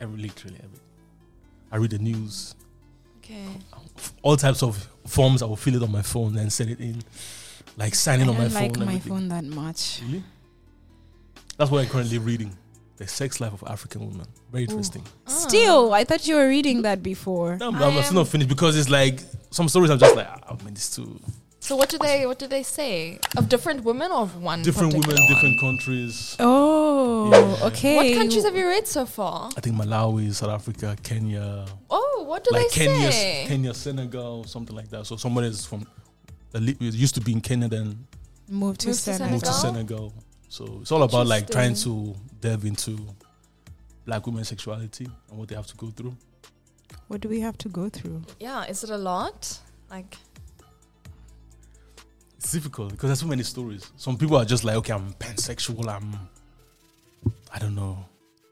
Every, literally everything. I read the news, Okay. all types of forms. I will fill it on my phone and send it in, like sign I in don't on my like phone. my everything. phone that much. Really? That's what I'm currently reading. The Sex Life of African Women. Very interesting. Ah. Still, I thought you were reading that before. No, I'm, I I'm still am- not finished because it's like some stories I'm just like, ah, I mean, it's too So what do they what do they say of different women or of Mm, one different women, particular different one? countries. Oh, Yeah. okay. What countries have you read so far? I think Malawi, South Africa, Kenya, Oh, what do like they Kenya, say? Kenya, Senegal, something like that. So someone is from that li- used to be in Kenya, then Move to Moved to Senegal. moved to Senegal. So it's all about like trying to delve into black women's sexuality and what they have to go through. What do we have to go through? yeah, is it a lot? Like it's difficult because there's so many stories. Some people are just like, okay, I'm pansexual. I'm, I don't know.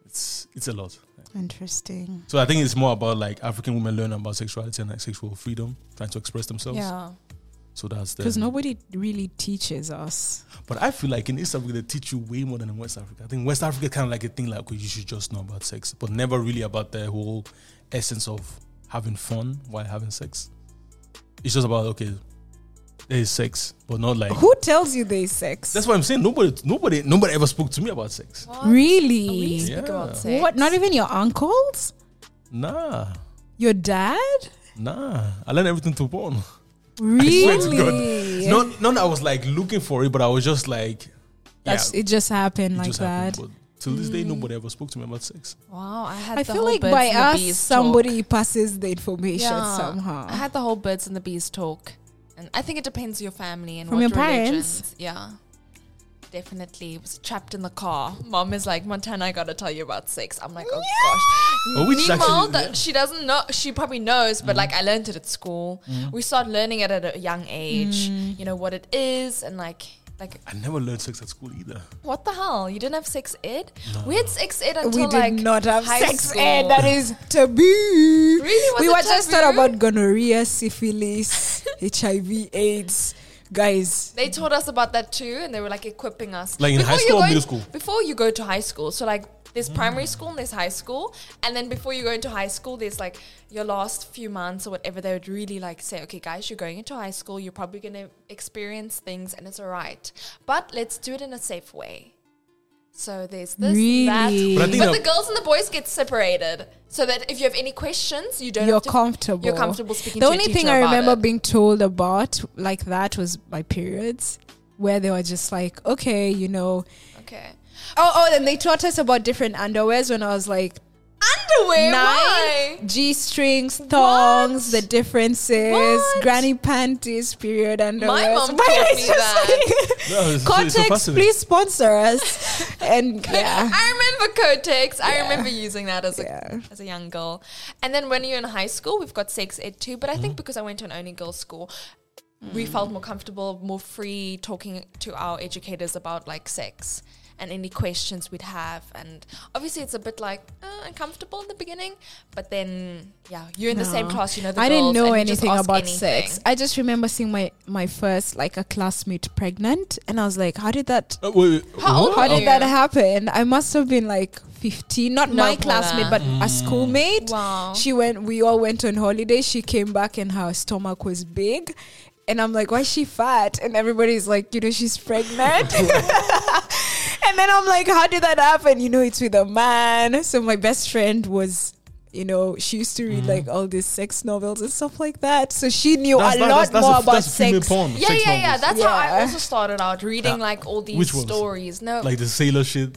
It's it's a lot. Interesting. So I think it's more about like African women learning about sexuality and like sexual freedom, trying to express themselves. yeah. So that's the. Because nobody really teaches us. But I feel like in East Africa they teach you way more than in West Africa. I think West Africa kind of like a thing like okay, you should just know about sex, but never really about the whole essence of having fun while having sex. It's just about okay, there is sex, but not like. Who tells you they sex? That's what I'm saying. Nobody, nobody, nobody ever spoke to me about sex. What? We really? speak Yeah. about sex. What? Not even your uncles? Nah, Your dad? nah. I learned everything through porn. swear to God. Really? Not, not that I was like looking for it, but I was just like, That's, yeah, It just happened it like just that. Mm. happened. But till this day, nobody ever spoke to me about sex. Wow, I had. I the feel whole like birds by and the us, bees somebody passes the information talk. Yeah. somehow. I had the whole birds and the bees talk, and I think it depends your family and From what your parents? religions. Yeah, definitely. It was trapped in the car. Mom is like, Montana, I gotta tell you about sex. I'm like, oh gosh. But Oh, which is Meanwhile, actually- Mm. that she doesn't know. She probably knows, but like I learned it at school. We start learning it at a young age. Mm. You know what it is, and like, like I never learned sex at school either. what the hell? You didn't have sex ed? We had sex ed until we did like not have high sex school. ed. That is taboo. Was we it were just taboo? taught about gonorrhea, syphilis, HIV, AIDS. Guys, They told us about that too, and they were like equipping us. Like in high you school or go- middle school? Mm. Before you go to high school, so like there's primary school and there's high school, and then before you go into high school, there's like your last few months or whatever. They would really like say, okay, guys, you're going into high school, you're probably gonna experience things, and it's alright, but let's do it in a safe way. So there's this, Really? that, But I but, think that- the girls and the boys get separated, so that if you have any questions, you don't. you're have to- comfortable. You're comfortable speaking. The to your only teacher thing I about remember it. being told about like that was my periods, where they were just like, okay, you know. okay. Oh, oh, and they taught us about different underwears when I was like Eh, Underwear. Why? nine G strings, thongs, What? the differences, What? granny panties, period underwear. mom taught me that. No, it's- it's so Context, fascinating. please sponsor us. and yeah. I remember Kotex. I remember using that as a Yeah. as a young girl. And then when you're in high school, we've got sex ed too. But I Mm. think because I went to an only girls school, we felt more comfortable, more free talking to our educators about like sex and any questions we'd have. And obviously, it's a bit like uh, uncomfortable in the beginning, but then yeah, you're in the same No. class. You know, the I didn't girls, know and you just anything ask about anything. sex. I just remember seeing my my first like a classmate pregnant, and I was like, "How did that? Uh, wait, wait, How old what? How are did you? that happen?" I must have been like fifteen, not No, my Paula. classmate, but a schoolmate. Wow. She went. We all went on holiday. She came back, and her stomach was big. And I'm like, why is she fat? And everybody's like, you know, she's pregnant. and then I'm like, how did that happen? You know, it's with a man. So my best friend was, you know, she used to Mm. read like all these sex novels and stuff like that. So she knew That's a that- lot that's- that's more a- about that's female sex. porn, Yeah, sex yeah, yeah. novels. That's how I Yeah. also started out reading Yeah. like all these Which ones? stories. No, like the sailor shit.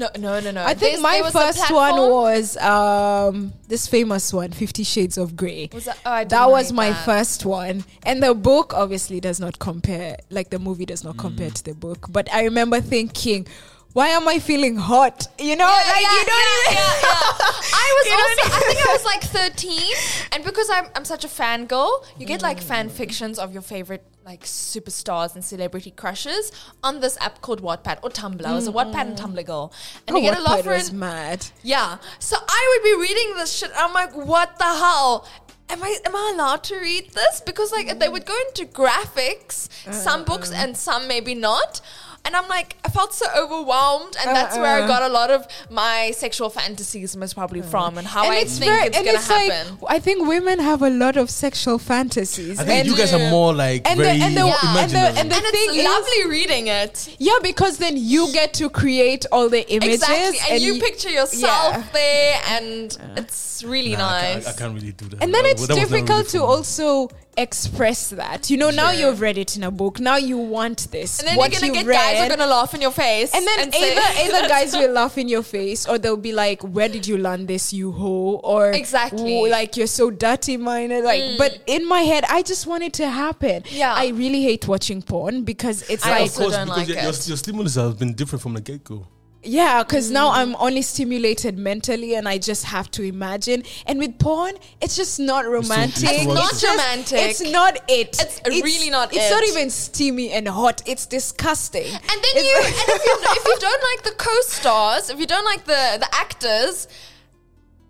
No, no, no, no. I think There's- there my was a first one platform. was um, this famous one, Fifty Shades of Grey. Was that- oh, I that didn't was read my that. first one. And the book obviously does not compare, like the movie does Mm. not compare to the book. But I remember thinking, why am I feeling hot? You know, Yeah, like yeah, Oh, you don't yeah, yeah, yeah. I was You don't also. I even- think I was like thirteen, and because I'm I'm such a fangirl, you get like fan fictions of your favorite like superstars and celebrity crushes on this app called Wattpad or Tumblr. I was a Wattpad and Tumblr girl, and you get a lot Wattpad for was it. mad. Yeah. So I would be reading this shit. I'm like, what the hell? Am I am I allowed to Uh-huh. read this? Because like they would go into graphics, some books and some maybe not. And I'm like, I felt so overwhelmed, and that's where I Uh-uh. Uh-huh. got a lot of my sexual fantasies most probably from, and how Oh, I think it's and gonna it's like, happen. I think women have a lot of sexual fantasies. I think you guys are more like and the- very and the- Yeah. and the- imaginary. and the- and it's thing is- lovely reading it. yeah, because then you get to create all the images. exactly, and, you y- picture yourself yeah. Uh-huh. there, and it's really Nah, I nice. can't- I, can't really do that. And then That- it's that was never really difficult for to me. also express that. You know, now Sure. you've read it in a book. Now you want this. and then what you're gonna you get read. guys who are gonna laugh in your face, and then say- either either guys will laugh in your face, or they'll be like, "Where did you learn this, you hoe?" Or Exactly. Mm. "Ooh, like you're so dirty minded. Like, but in my head, I just want it to happen. Yeah. I really hate watching porn because it's I like, of also course, don't because like your, your, it. your stimulus has been different from the get go. yeah, because now Mm. I'm only stimulated mentally, and I just have to imagine. And with porn, it's just not romantic. It's not just- romantic. It's not it. It's really not It's it. not even steamy and hot. It's disgusting. And then It's you, like- and if you, if you don't like the co-stars, if you don't like the the actors,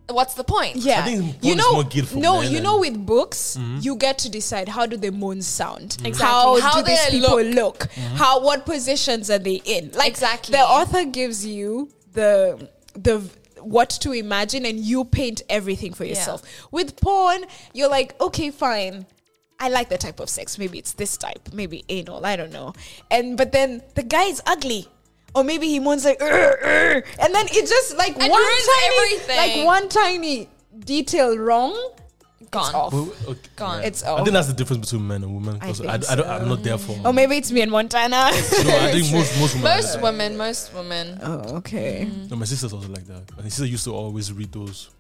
what's the point? Yeah, I think porn you is know, more guilt for no, men you and- Mm-hmm. know, with books, you get to decide how do the moons sound, Exactly. how, How do these they people look. look, Mm-hmm. how what positions are they in? Like Exactly. the author gives you the the what to imagine, and you paint everything for yourself. With porn, you're like, okay, fine. I like the type of sex. Maybe it's this type. Maybe anal. I don't know. And but then the guy is ugly, or maybe he moans like, "Ur, ur," and then it just like It one ruins tiny, everything. like one tiny detail wrong, Gone. off. Well, okay, Gone. yeah. It's I off. think that's the difference between men and women. I 'cause I, think I, don't, I'm not there for. Or maybe it's me and Montana. no, I think most most women. are Most like women, most women. oh, okay. that. No, my sister's also like that. My sister used to always read those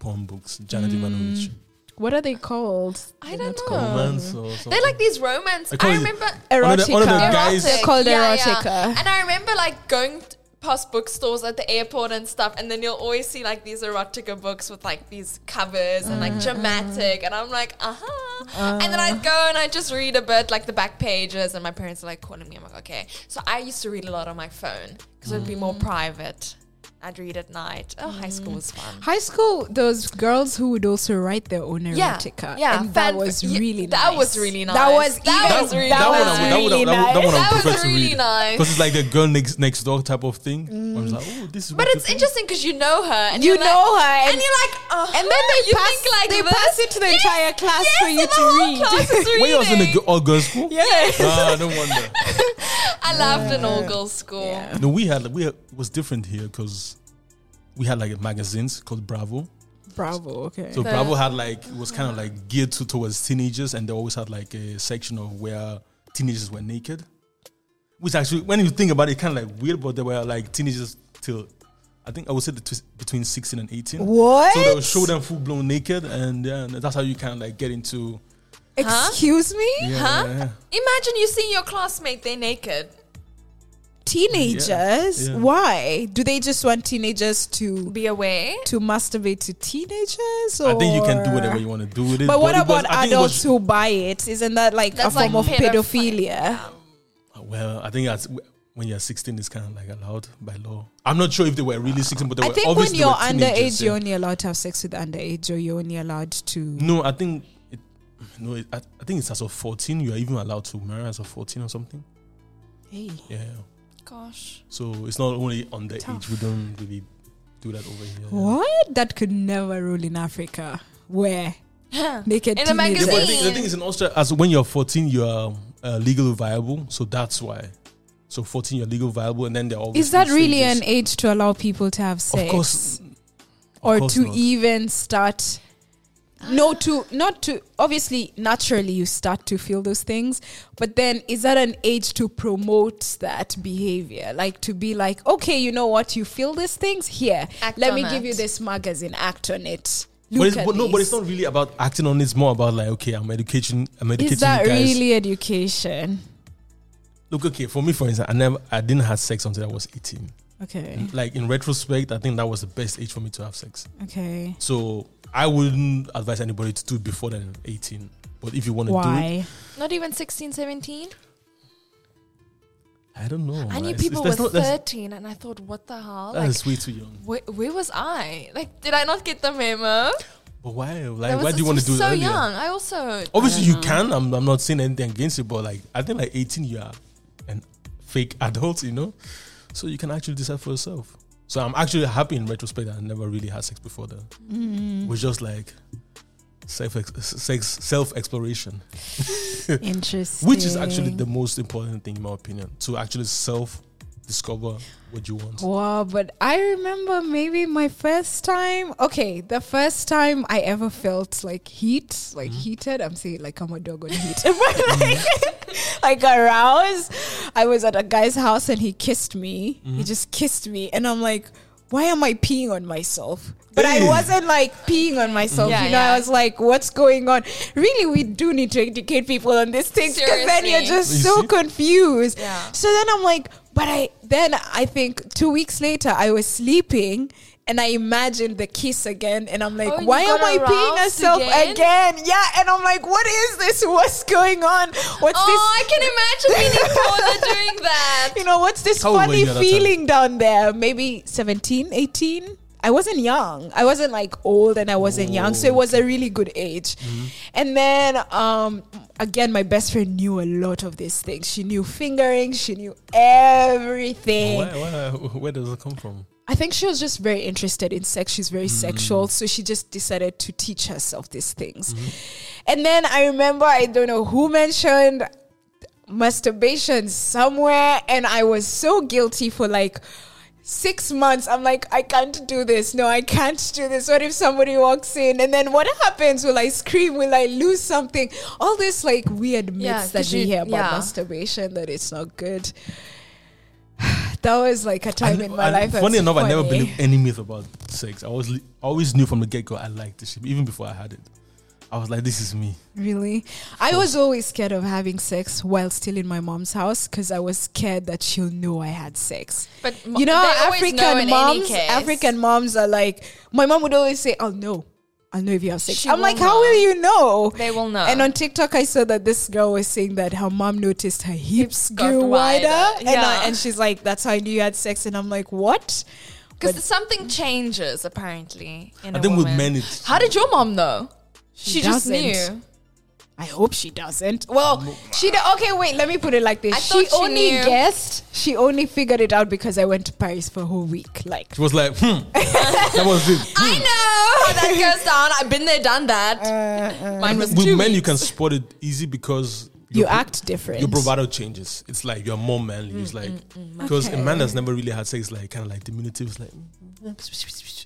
porn books, Janet Ivanovich, What are they called? I don't know. romance or something. They're like these romance. I I, call it- remember One of the- Erotica. one of the erotic. guys- They're called Yeah, yeah. erotica. And I remember like going t- past bookstores at the airport and stuff, and then you'll always see like these erotica books with like these covers and like Mm-hmm. dramatic, and I'm like, uh-huh. and then Uh. I'd go and I just read a bit like the back pages, and my parents are like calling me. I'm like, okay. So I used to read a lot on my phone because it'd be more Mm. private. I'd read at night. Oh, high school was fun. High school, those girls who would also write their own Yeah, erotica. yeah, and that fanfic- was yeah, really nice. that was really That nice. was even, That that was was really really, That would- one I that would- that would- nice. that one I That would was prefer to really read. nice. Because it's like the girl next next door type of thing. I was like, oh, this is. But what it's you- interesting because you know her, and You you're like- know her, and, and- you're like, uh and then they you pass- think like they this. pass it to the Yes, entire class yes, for you and the to whole read. class is When you was in reading. the all girls school? Yes. Ah, no wonder. I loved an all girls school. Yeah. No, we had we had, it was different here because we had like magazines called Bravo. Bravo. Okay. So The- Bravo had like it was kind of like geared to towards teenagers, and they always had like a section of where teenagers were naked, which actually, when you think about it, kind of like weird, but they were like teenagers till I think I would say the tw- between sixteen and eighteen. what? So they would show them full blown naked, and yeah, and that's how you kind of like get into Excuse me? yeah, Huh? yeah, yeah. Imagine you seeing your classmate there naked. Teenagers? Yeah. Why? Do they just want teenagers to Be aware. to masturbate to teenagers? Or? I think you can do whatever you want to do with it. But what it was- about I think it was- adults who buy it? Isn't that like That's a form like of pedophilia. pedophilia? Well, I think that's when you're 16, it's kind of like allowed by law. I'm not sure if they were really 16, but they I were think when obviously you're they were teenagers, underage, yeah. you're only allowed to have sex with underage, or you're only allowed to. No, I think it, no, it, I, I think it's as of 14. You are even allowed to marry as of 14 or something. Hey. Yeah. Gosh. So it's not only underage. Tough. We don't really do that over here. What? That could never rule in Africa. Where? Naked Yeah, but In a teenagers. the, magazine. thing, the thing is, in Austria, as when you're 14, you are uh, legally viable. So that's why. So 14, you're legal viable, and then they're always. Is that really an age to allow people to have sex? Of course. or course to not. even start Ah. no to not to obviously naturally you start to feel those things but then is that an age to promote that behavior like to be like okay you know what you feel these things here Act let on me it. give you this magazine act on it But, Look it's, at but no, but it's these. not really about acting on. it, It's more about like, okay, I'm education. I'm educating is that you guys. really education Look, okay, for me, for instance, I never, I didn't have sex until I was 18. okay Like in retrospect, I think that was the best age for me to have sex. okay So I wouldn't advise anybody to do it before than 18. But if you want to do it, why Not even 16, 17? Oh, I don't know. I knew It's- people it's- that's not- with that's- 13, and I thought, what the hell? That Like, is way too young. where, where was I? Like, did I not get the memo? But why? That Like, was, why do you this want to was do so it earlier? Oh, young. I also. Obviously, you can. I'm, I'm not saying anything against it, but like, I think like 18, you are an fake adults, you know? So you can actually decide for yourself. So I'm actually happy in retrospect that I never really had sex before then. It was just like self sex self exploration, Interesting. which is actually the most important thing in my opinion to actually self discover what you want. Wow, but I remember maybe my first time. Okay, the first time I ever felt like heat, like Mm-hmm. heated. I'm saying like I'm a dog on heat, but like, like aroused. I was at a guy's house and he kissed me. Mm-hmm. He just kissed me, and I'm like, why am I peeing on myself? But I Hey. Mm-hmm. wasn't like peeing on myself. Yeah, you know, yeah. I was like, what's going on? Really, we do need to educate people on this thing because then you're Seriously. just You so see? confused. Yeah. So then I'm like, but I then I think two weeks later I was sleeping and I imagined the kiss again and I'm like, Oh, and why you am got I peeing aroused myself again? again? Yeah, and I'm like, what is this? What's going on? What's oh, this? I can imagine being in Florida doing that. You know, what's this How old were funny you at that time? feeling down there? Maybe 17, 18? I wasn't young. I wasn't like old and I wasn't young. So it was a really good age. Mm-hmm. And then um again my best friend knew a lot of these things. She knew fingering, she knew everything. Where, where, where does it come from? I think she was just very interested in sex. She's Mm. very sexual. So she just decided to teach herself these things. Mm-hmm. And then I remember, I don't know who mentioned masturbation somewhere. And I was so guilty for like six months. I'm like, I can't do this. No, I can't do this. What if somebody walks in? And then what happens? Will I scream? Will I lose something? All this like weird myths Yeah, that 'cause we you- hear about yeah. masturbation that it's not good. That was like a time I in never- my I- life. that's Funny enough, I never funny. believed any myth about sex. I was li- I always knew from the get go I liked this shit, even before I had it. I was like, this is me. Really? I was always scared of having sex while still in my mom's house because I was scared that she'll know I had sex. But mo- you know, they always African know in any moms, case. African moms are like, my mom would always say, "I'll know, I'll know if you have sex." She I'm will like, how know. will you know? They will know. And on TikTok, I saw that this girl was saying that her mom noticed her hips, got grew wider, wider. and Yeah. I, and she's like, "That's how I knew you had sex." And I'm like, "What?" Because something changes apparently. In I a think with woman. men it's- How did your mom know? She, just doesn't. knew. I hope she doesn't. Well, she do- okay. Wait, let me put it like this: I she, thought she only knew. guessed. She only figured it out because I went to Paris for a whole week. Like, She was like, hmm. that was it. I know how that goes down. I've been there, done that. Mine was With two men, you weeks. can spot it easy because you your bro- act different. Your bravado changes. It's like you're more manly. Mm, it's like because a man that's never really had sex is like kind of like diminutive. It's like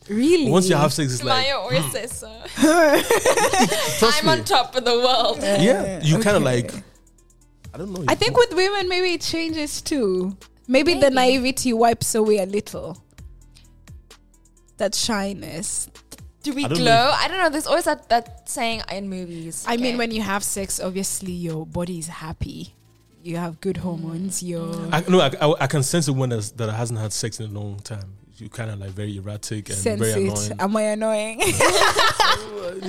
really? once you have sex, it's like hmm. Maya always says so. trust I'm me. on top of the world. Yeah, you kind of like I don't know. I think with women, maybe it changes too. Maybe, the Maybe. naivety wipes away a little. That shyness. Do we I don't glow? know. I don't know. There's always that, that saying in movies. I mean, Okay. when you have sex, obviously your body is happy. You have good hormones. Mm. Your I, no, I, I, I can sense it when there's- that hasn't had sex in a long time. You kind of like very erratic and sense very it. annoying. Am I annoying?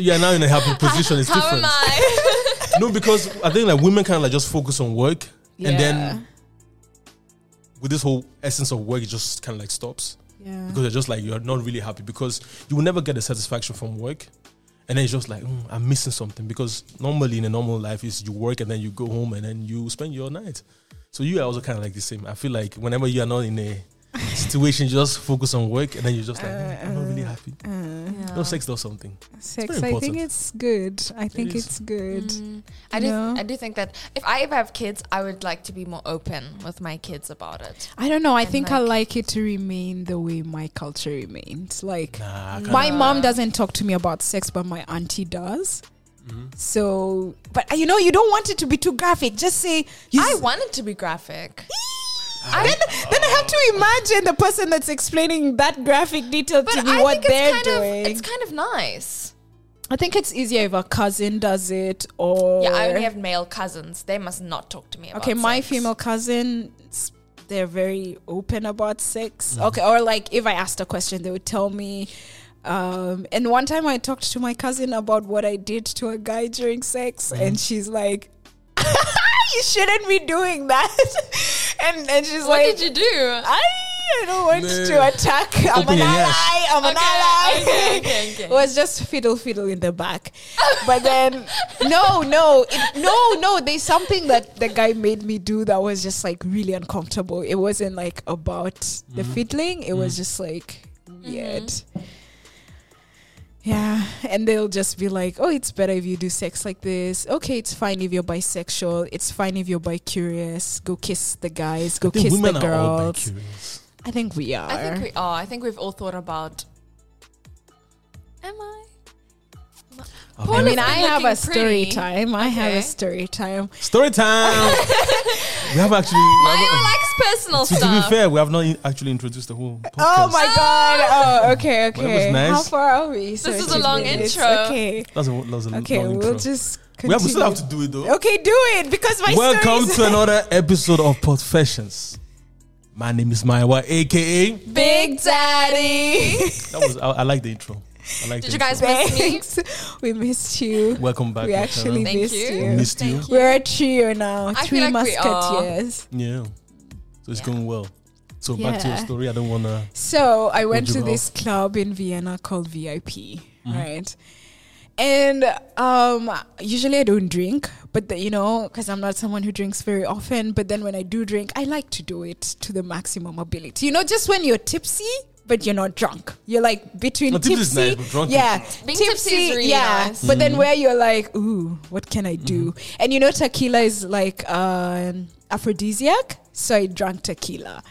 You're now in a happy position. It's how different. am I? no, because I think like women kind of like just focus on work, and Yeah. then with this whole essence of work, it just kind of like stops yeah. because you're just like you're not really happy because you will never get the satisfaction from work, and then it's just like "Mm, I'm missing something because normally in a normal life is you work and then you go home and then you spend your night. So you are also kind of like the same. I feel like whenever you are not in a situation, you just focus on work and then you're just like "Mm, I'm not really happy. Uh, No sex does something. sex. very I think important. it's good. I think is. it's good. Mm, I You do. know? I do think that if I ever have kids, I would like to be more open with my kids about it. I don't know. I And think I like- like it to remain the way my culture remains. Like Nah, I can't- my mom doesn't talk to me about sex, but my auntie does. Mm-hmm. So, but uh, you know, you don't want it to be too graphic. Just say you. I s- want it to be graphic. then, then I have to imagine the person that's explaining that graphic detail But to me I what think they're it's kind doing. of it's kind of nice. I think it's easier if a cousin does it or Yeah, I only have male cousins. They must not talk to me about okay my sex. female cousins they're very open about sex okay or like if i asked a question they would tell me um, and one time i talked to my cousin about what i did to a guy during sex and she's like you shouldn't be doing that and and she's What like did you do? I I don't want No. to attack. I'm Open an your ears. ally. I'm an ally. okay, okay, okay. It was just fiddle fiddle in the back. but then no, no, it, no, no. There's something that the guy made me do that was just like really uncomfortable. It wasn't like about the Mm-hmm. fiddling. It Mm. was just like Mm-hmm. weird. Yeah, and they'll just be like, "Oh, it's better if you do sex like this. Okay, it's fine if you're bisexual. It's fine if you're bi-curious. Go kiss the guys. Go I think kiss the women are all girls." curious. I think we oh, are. I think we are. I think we've all thought about. Am I? I Paula's mean, been I have a looking story pretty. time. I have a Okay. story time. Story time. we have actually. we have- Maya likes personal to, to be stuff. fair, we have not in- actually introduced the whole. Podcast. Oh my god! Oh, okay, okay. Well, it was nice. How far are we? This is a long intro. Okay, That's a, that's a okay. long We'll intro. just we, continue. have, we still have to do it though. Okay, do it because my Welcome story's to another episode of Professions. My name is Maiwa, aka. Big Daddy. That was I, I like the intro. I like. Did the you guys Intro. miss me? Thanks. We missed you. Welcome back. we Michelle. actually Thank missed you. you. missed you. Thank We're a trio now. I Three feel like we are. musketeers. Yeah. So it's Yeah. going well. So back to your Yeah. story. I don't wanna. So I went you to go? Mm-hmm. this club in Vienna called VIP, right? And um, usually I don't drink, but the, you know, because I'm not someone who drinks very often. But then when I do drink, I like to do it to the maximum ability. You know, just when you're tipsy, but you're not drunk. You're like between Well, tipsy, tipsy is nice, but Mm-hmm. drunk is- yeah, Being tipsy is really yeah. nice. But then where you're like, ooh, what can I do? Mm-hmm. And you know, tequila is like um, aphrodisiac, so I drank tequila.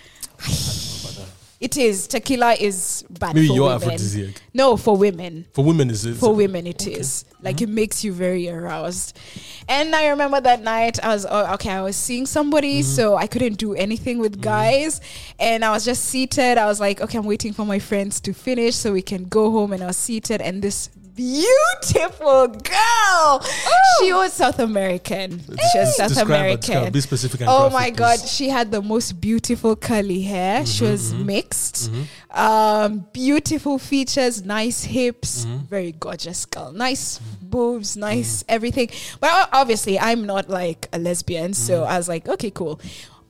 It is tequila is bad Maybe for you're women. aphrodisiac. No, for women. For women, is it? Mm-hmm. For women, it is like it makes you very aroused. And I remember that night, I was oh, okay. I was seeing somebody, Mm-hmm. so I couldn't do anything with guys, and I was just seated. I was like, okay, I'm waiting for my friends to finish so we can go home. And I was seated, and this beautiful girl, she was South American. She was Des- Oh. South describe her, American. describe. Be specific. And Oh graphic, my god, please. she had the most beautiful curly hair. she was mixed, um, beautiful features, nice hips, very gorgeous girl, nice boobs, nice everything. But o- obviously, I'm not like a lesbian, so I was like, okay, cool.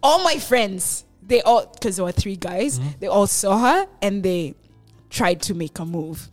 All my friends, they all, because there were three guys, they all saw her and they tried to make a move.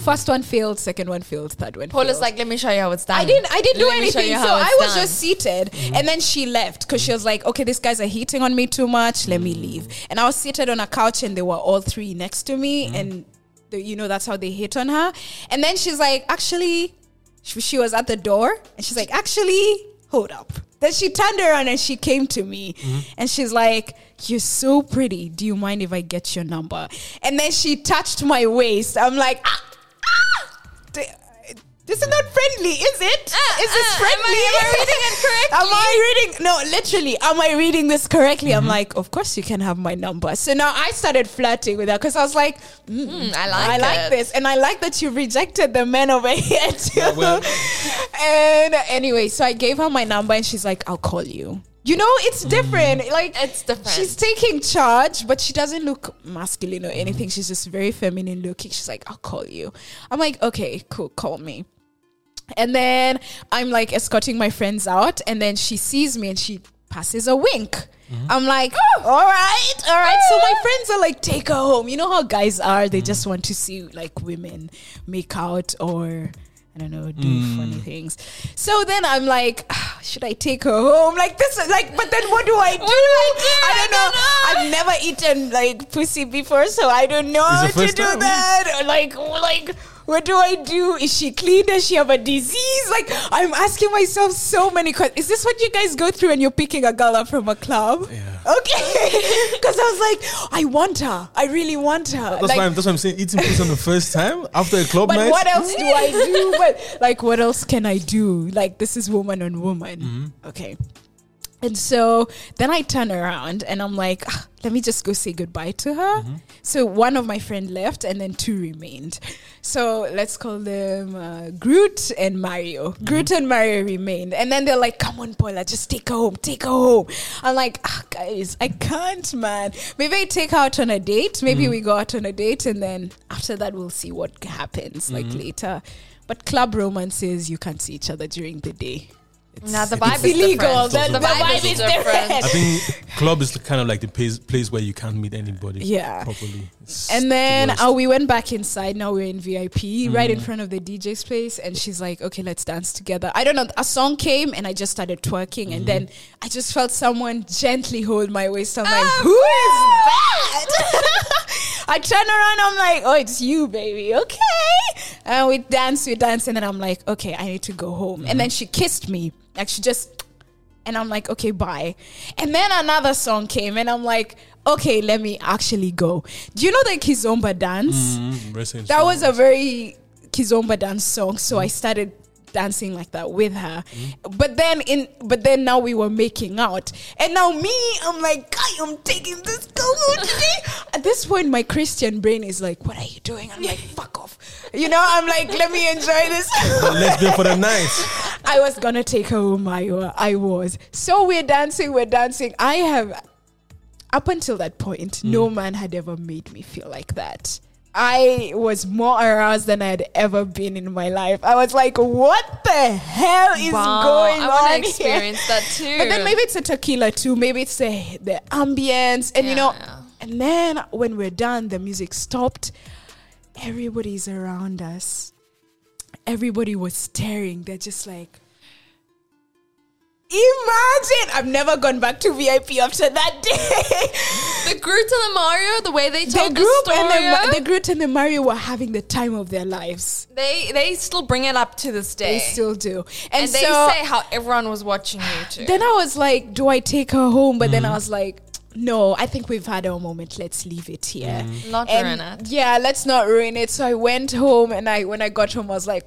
First one failed, second one failed, third one failed. Paula's like, let me show you how it's done. I didn't. I didn't do Let me show anything. you So how it's I done. was Mm. just seated, and then she left because she was like, "Okay, these guys are hitting on me too much. Let me leave." Mm. And I was seated on a couch, and they were all three next to me, and the, you know that's how they hit on her. And then she's like, "Actually," she, she was at the door, and she's like, "Actually, hold up." Then she turned around and she came to me, and she's like. You're so pretty. Do you mind if I get your number? And then she touched my waist. I'm like, ah, D- this is not friendly, is it? Ah, is this ah, am I- friendly? am I reading it correctly? Am I reading? No, literally, am I reading this correctly? I'm like, of course you can have my number. So now I started flirting with her because I was like, mm, Mm, I like. I like it. this, and I like that you rejected the men over here too. well- and anyway, so I gave her my number, and she's like, I'll call you. You know, it's different. Like Mm. It's different. She's taking charge, but she doesn't look masculine or anything. She's just very feminine looking. She's like, I'll call you. I'm like, okay, cool, call me. And then I'm like escorting my friends out, and then she sees me and she passes a wink. Mm-hmm. I'm like, "Oh, all right, all right. So my friends are like, take her home. You know how guys are; they Mm-hmm. just want to see like women make out or I don't know, do Mm. funny things. So then I'm like, "Ah, should I take her home? Like this, is like, but then what do I do? I don't know. I've never eaten like pussy before, so I don't know how It's the to first do time. that bad. Like, like, what do I do? Is she clean? Does she have a disease? Like, I'm asking myself so many questions. Is this what you guys go through when you're picking a girl up from a club? Yeah. Okay. Because I was like, I want her. I really want her. That's like, why. I'm, that's why I'm saying eating pussy on the first time after a club but night. what else do I do? But like, what else can I do? Like, this is woman on woman. Mm-hmm. Okay. And so then I turn around and I'm like, "Ah, let me just go say goodbye to her. So one of my friend left and then two remained. So let's call them uh, Groot and Mario. Groot and Mario remained. And then they're like, come on, Paula, just take her home, take her home. I'm like, ah, guys, I can't, man. Maybe I take her out on a date. Maybe we go out on a date and then after that we'll see what happens like later. But club romances, you can't see each other during the day. It's, Now the it's- vibe is illegal. different. The- the, the vibe, vibe is is different. I different. think club is kind of like the place, place where you can't meet anybody Yeah. properly. It's And then the worst. uh, we went back inside. Now we're in VIP, right in front of the DJ's place. And she's like, okay, let's dance together. I don't know. A song came and I just started twerking. And then I just felt someone gently hold my waist. I'm like, who is that? I turn around. I'm like, oh, it's you, baby. Okay. And we dance, we dance. And then I'm like, okay, I need to go home. And then she kissed me. Like, she just and I'm like, okay, bye. And then another song came, and I'm like, okay, let me actually go. Do you know the Kizomba dance? Mm, very strange. That was a very Kizomba dance song, so I started dancing like that with her. But then in but then now we were making out. And now me, I'm like, guy, I'm taking this girl out today. At this point my Christian brain is like, what are you doing? I'm like, fuck off. You know, I'm like, let me enjoy this. But lesbian for the night. I was gonna take her home, Maiwa. I was. So we're dancing, we're dancing. I have up until that point, Mm. no man had ever made me feel like that. I was more aroused than I had ever been in my life. I was like, what the hell is Wow, going I wanna on? experience here? that too. But then maybe it's a tequila too. Maybe it's the, the ambience. And you know, Yeah. and then when we're done, the music stopped. Everybody's around us. Everybody was staring. They're just like, imagine. I've never gone back to VIP after that day. the Groot and the Mario, the way they the told the, group story, and the, Ma- the Groot and the Mario were having the time of their lives. they they still bring it up to this day. They still do. And, and they so say how everyone was watching you too. then I was like, do I take her home? But then Mm. I was like, no, I think we've had our moment. Let's leave it here. Mm. Not ruin And it. Yeah, let's not ruin it. So I went home, and I when I got home, I was like,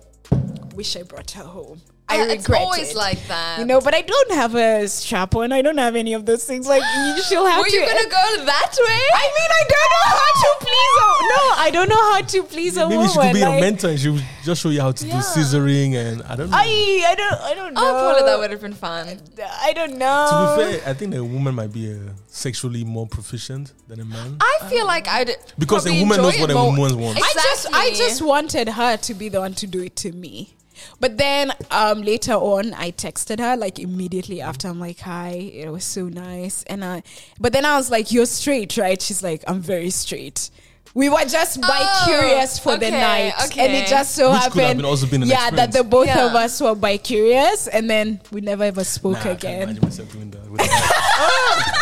wish I brought her home. I Yeah, regret it's always it. like that. you know. But I don't have a chaperone. I don't have any of those things. Like you, she'll have Were to. you gonna go that way? I mean, I don't know how to please a no. I don't know how to please a Maybe woman. she could be your like, mentor and she would just show you how to do Yeah. scissoring and I don't know. I, I don't, I don't know. Oh, probably that would have been fun. I don't know. to be fair, I think a woman might be uh, sexually more proficient than a man. I feel like I'd Because a probably woman enjoy knows it what a more. woman wants. I just I Exactly. just wanted her to be the one to do it to me. But then um, later on, I texted her like immediately after. I'm like, "Hi, it was so nice." And I, but then I was like, "You're straight, right?" She's like, "I'm very straight." We were just bi curious Oh, for the okay, night, and okay. it just so Which could have happened, been- also been an yeah, that experience. the both Yeah. of us were bi curious, and then we never ever Nah, spoke I can't again. imagine myself doing that. with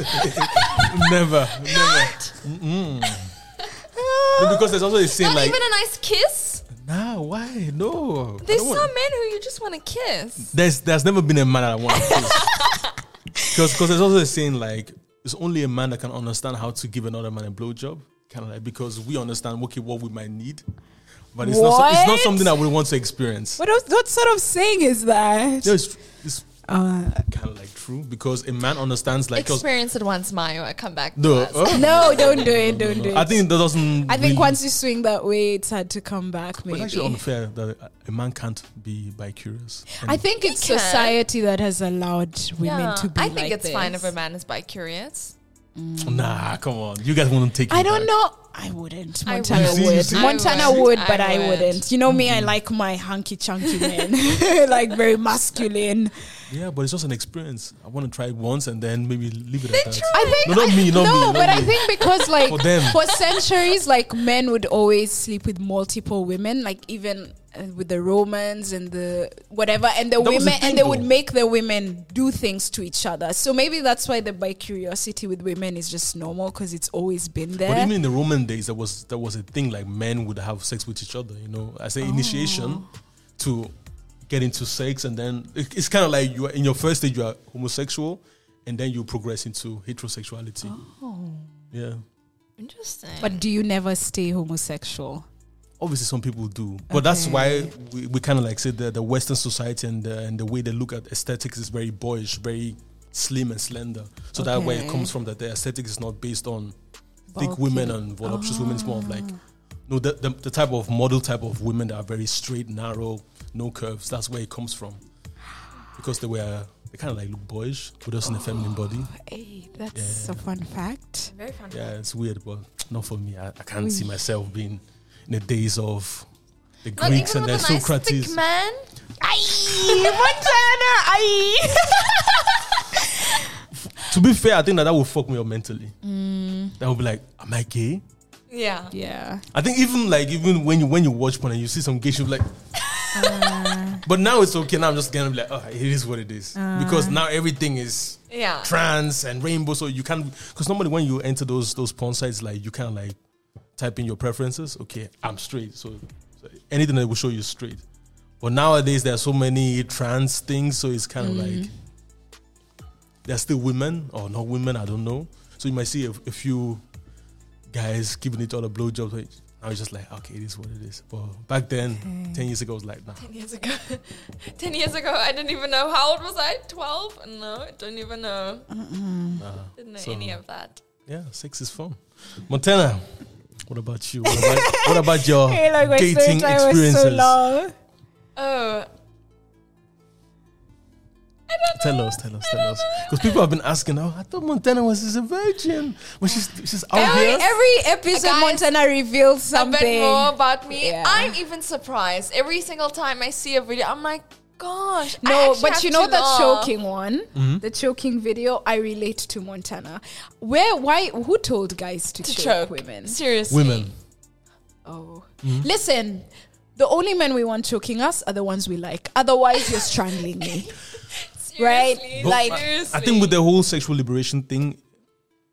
never, never. No, because there's also a saying Not like, even a nice kiss. nah, why? No. I There's don't some want- men who you just want to kiss. There's there's never been a man that I want to Because there's also a saying like, it's only a man that can understand how to give another man a blowjob. Kind of like, because we understand, okay, what we might need. But it's not, so- it's not What? something that we want to experience. What else, what sort of saying is that? No, it's, it's Uh, kind of like true because a man understands like 'cause- Experience it once, Mayo. I come back. no, to us. oh, no, don't do it. Don't do it. I think that doesn't. I think really- once you swing that way, it's hard to come back. But Maybe it's actually unfair that a man can't be bi curious. I think it's can. society that has allowed women Yeah, to be I think like it's fine if this. a man is bi curious. Nah, come on, you guys want to take. I it don't back. know. I wouldn't. I would. Montana You see, you would. see? I Montana would. would, but I I, would. wouldn't. You know me. Mm. I like my hunky chunky men, like very masculine. Yeah, but it's just an experience. I want to try it once and then maybe leave it at that. I think No, not me, not no, me, not but I me. think because like For for, them. centuries, like men would always sleep with multiple women, like even uh, with the Romans and the whatever, and the That was the women, thing, and they would though. make the women do things to each other. So maybe that's why the bi curiosity with women is just normal because it's always been there. But even in the Roman days, there was there was a thing like men would have sex with each other. You know, as an initiation to get into sex, and then it- it's kind of like you are in your first stage you are homosexual, and then you progress into heterosexuality. Yeah, Interesting. but do you never stay homosexual? obviously some people do, but that's why we, we kind of like say the the Western society and the, and the way they look at aesthetics is very boyish, very slim and slender. So that way it Okay. comes from that the aesthetic is not based on thick women and voluptuous women. It's more of like no the, the the type of model type of women that are very straight, narrow, no curves. That's where it comes from because they were they kind of like look boyish, but just in a feminine body. Hey, that's Yeah. a fun fact. very fun. Yeah, it's weird, but not for me. I, I can't see myself being in the days of the Not Greeks even and the with a nice Socrates. thick man. Aye, vagina, aye. to be fair, I think that that will fuck me up mentally. Mm. That will be like, am I gay? Yeah. yeah. I think even like even when you when you watch porn and you see some gay shit like. Uh. but now it's okay. Now I'm just gonna be like, oh, it is what it is because now everything is Yeah. trans and rainbow. So you can't because normally when you enter those those porn sites, like you can like type in your preferences. Okay, I'm straight, so, so anything that will show you straight. But nowadays there are so many trans things, so it's kind of like they're still women or not women. I don't know. So you might see a, a few guys giving each other blowjobs. Like, now it's just like okay, it is what it is. But back then, Okay. ten years ago, it was like nah. Ten years ago, ten years ago, I didn't even know how old was I. Twelve? No, I don't even know. Uh-huh. nah. Didn't know So- any of that. Yeah, sex is fun. Montana, what about you? What about, what about your Hey, like my Oh, dating search time was experiences? so long. Oh, I don't tell know. us, tell us, I tell don't us. know. Because people have been asking, oh, I thought Montana was just a virgin. But she's, she's out Every, here. every episode, Guys, Montana reveals a bit something. more about me. Yeah. I'm even surprised every single time I see a video. I'm like, gosh, I No, actually but have you know to that laugh. choking one, Mm-hmm. the choking video. I relate to Montana. Where? Why? Who told guys to, to choke, choke women? Seriously, Women. Oh, Mm-hmm. listen. The only men we want choking us are the ones we like. Otherwise, you're strangling me. Right? Seriously, But Like- seriously. I think with the whole sexual liberation thing,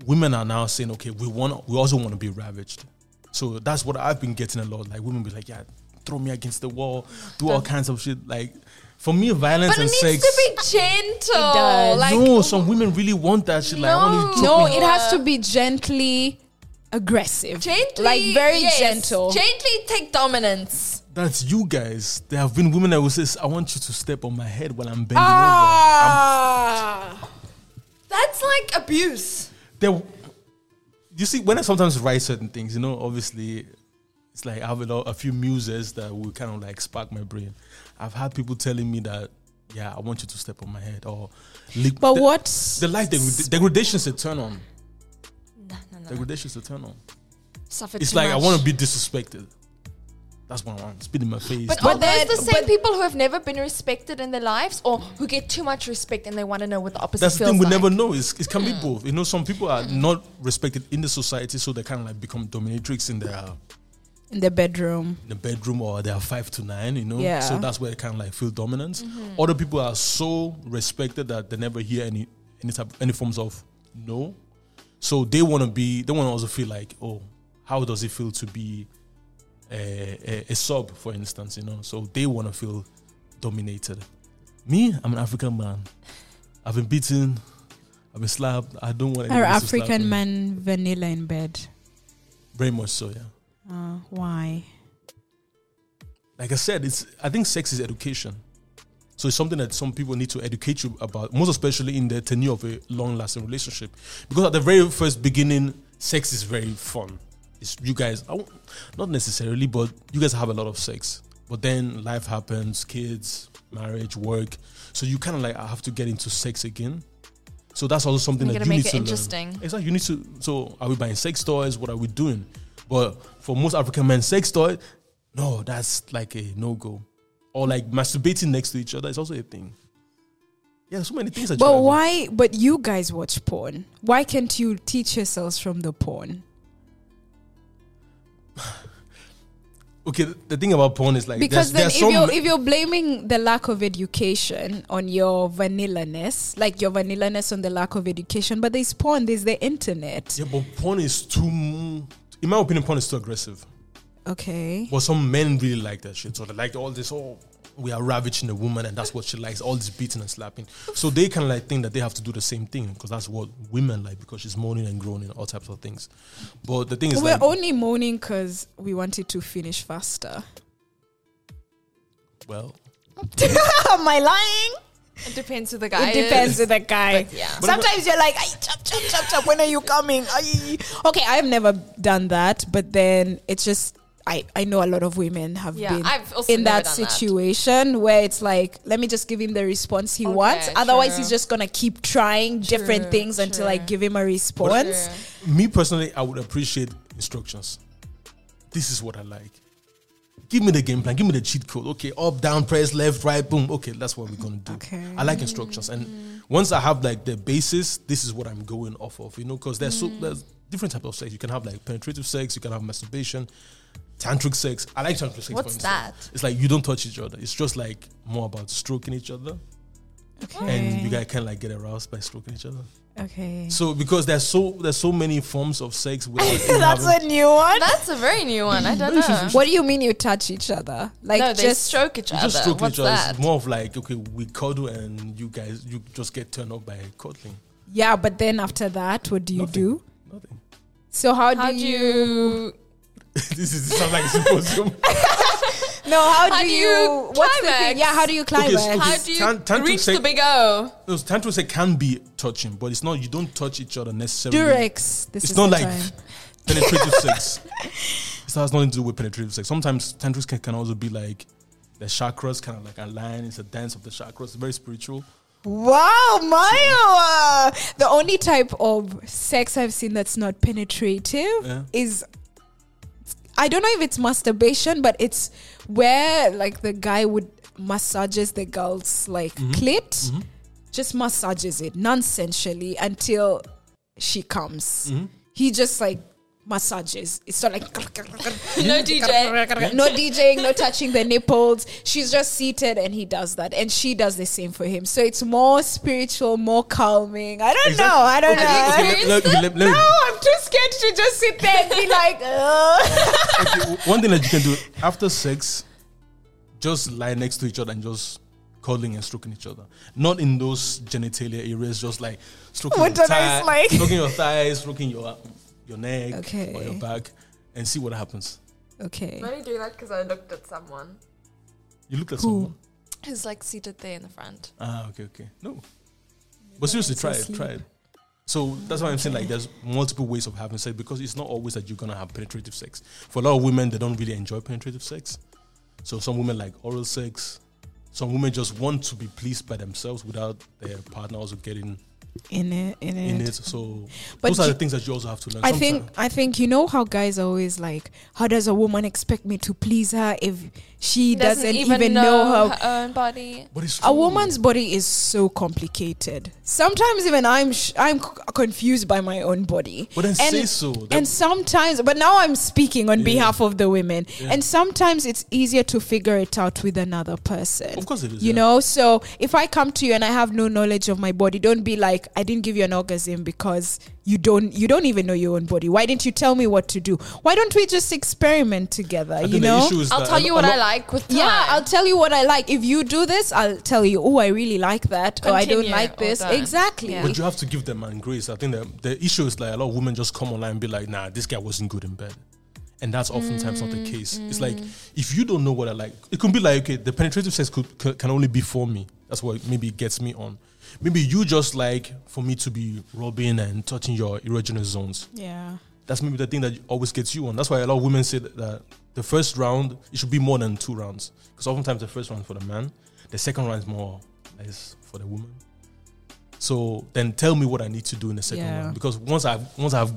women are now saying, okay, we want, we also want to be ravaged. So that's what I've been getting a lot. Like women be like, yeah, throw me against the wall, do all kinds of shit. Like for me, violence but it and needs sex. to be gentle. It does. Like, no, some women really want that shit. Like, I want you to choke No, me. it has to be gently aggressive. Gently, Like very yes. gentle. Gently take dominance. That's you guys. There have been women that will say, I want you to step on my head while I'm bending ah. That's like abuse. over. There, you see, when I sometimes write certain things, you know, obviously, it's like I have a, lot, a few muses that will kind of like spark my brain. I've had people telling me that, yeah, I want you to step on my head or lick. But the, what? The life degrad- degradation is a turn on. No, no, no. Degradation is a turn on. Suffer It's too like I much. want to be disrespected. That's what I want. Spit in my face. But, Like, are those then- the same but- people who have never been respected in their lives, or who get too much respect and they want to know what the opposite That's the feels thing we like? never know. It's, it can be both. You know, some people are not respected in the society, so they kind of like become dominatrix in their in the bedroom. in the bedroom or they are five to nine. You know, Yeah. Mm-hmm. so that's where they kind of like feel dominance. Other people are so respected that they never hear any any type any forms of no. So they want to be. They want to also feel like, oh, how does it feel to be a, a, a sub, for instance? You know, so they want to feel dominated. Me, I'm an African man. I've been beaten. I've been slapped. I don't want Are anybody to slap me. African men vanilla in bed? Very much so, yeah. Uh, why? like I said, it's I think sex is education. So it's something that some people need to educate you about, most especially in the tenure of a long-lasting relationship. Because at the very first beginning, sex is very fun. It's you guys, I won't- not necessarily, but you guys have a lot of sex. But then life happens, kids, marriage, work. So you kind of like have to get into sex again. So that's also something We're that gonna you make need it to learn. interesting. Exactly. You need to. So, are we buying sex toys? What are we doing? But for most African men, sex toy, no, that's like a no go. Or like masturbating next to each other is also a thing. Yeah, so many things. That you But can do. why? But you guys watch porn. Why can't you teach yourselves from the porn? Okay, the, the thing about porn is like Because then, there's, if there's some you're if you're blaming the lack of education on your vanillaness, like your vanillaness on the lack of education, but there's porn, there's the internet. yeah, but porn is too. m- In my opinion, porn is too aggressive. Okay. But some men really like that shit. So they like all this, oh, we are ravaging a woman and that's what she likes, all this beating and slapping. So they kind of like think that they have to do the same thing because that's what women like because she's moaning and groaning, all types of things. But the thing is, We're like, only moaning because we wanted to finish faster. well, Am I lying? It depends who the guy. it depends Is. on the guy. yeah. But- Sometimes you're like, "Ay, chop, chop, chop, chop. When are you coming? Ay." Okay, I've never done that, but then it's just I I know a lot of women have Yeah, been I've also in never that done that. situation where it's like, let me just give him the response he Okay, wants. Otherwise, true. he's just gonna keep trying different True, things until I true. give him a response. Sure. me personally, I would appreciate instructions. This is what I like. Give me the game plan. Give me the cheat code. Okay, up, down, press, left, right, boom. Okay, that's what we're gonna do. Okay. I like instructions, and once I have like the basis, this is what I'm going off of. You know, because there's so Mm. there's different types of sex. You can have like penetrative sex. You can have masturbation, tantric sex. I like tantric sex. for What's instance. that? It's like you don't touch each other. It's just like more about stroking each other, and you guys can like get aroused by stroking each other. Okay. So because there's so there's so many forms of sex without even That's having- a new one. That's a very new one. I don't know. What do you mean you touch each other? Like no, they just stroke each You other. just stroke What's each other. that? It's more of like okay, we cuddle and you guys you just get turned up by cuddling. yeah, but then after that, what do you Nothing. do? Nothing. So how, How do do you? you? this is this sounds like a symposium. No, how, How do do you? you what's the climax? thing? Yeah, how do you Okay, climax? so- okay. How do you Tan- tantric reach sex- the big O? no, tantric sex can be touching, but it's not. You don't touch each other necessarily. Durex. This It's is not the like time. penetrative sex. It has nothing to do with penetrative sex. Sometimes tantric sex can also be like the chakras kind of like align. It's a dance of the chakras. It's very spiritual. Wow, Maya! The only type of sex I've seen that's not penetrative Yeah. is I don't know if it's masturbation, but it's where like the guy would massages the girl's like Mm-hmm. clit, just massages it nonsensially until she comes. Mm-hmm. He just like massages. It's not like No DJ. no DJing, no touching the nipples. She's just seated and he does that. And she does the same for him. So it's more spiritual, more calming. I don't know. I don't Have know. you let- let- let- let me- No, I'm too scared to just sit there and be like, "Ugh." Okay, w- one thing that you can do after sex, just lie next to each other and just cuddling and stroking each other. Not in those genitalia areas, just like stroking What your did I thigh, like? stroking your thighs, stroking your your neck or your Okay. back, and see what happens. okay. only doing that because I looked at someone You look at Cool. someone. who's like seated there in the front. Ah, okay, okay. No, but seriously, try it, asleep. try it. So that's why I'm saying like there's multiple ways of having sex because it's not always that you're gonna have penetrative sex. For a lot of women, they don't really enjoy penetrative sex. So some women like oral sex. Some women just want to be pleased by themselves without their partner also getting In it, in it. in it. So But those are you- the things that you also have to learn. I Sometimes- think I think you know how guys are always like, how does a woman expect me to please her if she doesn't, even, know how her own body. but it's a true. woman's body is so complicated. Sometimes even I'm sh- I'm c- confused by my own body. But then and, say so. That- And sometimes, but now I'm speaking on Yeah. behalf of the women. Yeah. And sometimes it's easier to figure it out with another person. Of course it is, You yeah. know, so if I come to you and I have no knowledge of my body, don't be like I didn't give you an orgasm because you don't you don't even know your own body. Why didn't you tell me what to do? Why don't we just experiment together? I you think the know, issue is I'll that tell a you lo- what a I lo- like with time. yeah, I'll tell you what I like. If you do this, I'll tell you, oh, I really like that, or I don't Continue like or this. don't. Exactly. Yeah. But you have to give them man grace. I think that the issue is like a lot of women just come online and be like, nah, this guy wasn't good in bed. And that's oftentimes not the case. It's like if you don't know what I like, it could be like okay, the penetrative sex could, c- can only be for me. That's what maybe it gets me on. Maybe you just like for me to be rubbing and touching your erogenous zones. Yeah. That's maybe the thing that always gets you on. That's why a lot of women say that, that the first round it should be more than two rounds because oftentimes the first round for the man, the second round is more is for the woman. So then tell me what I need to do in the second Yeah. round because once I've once I've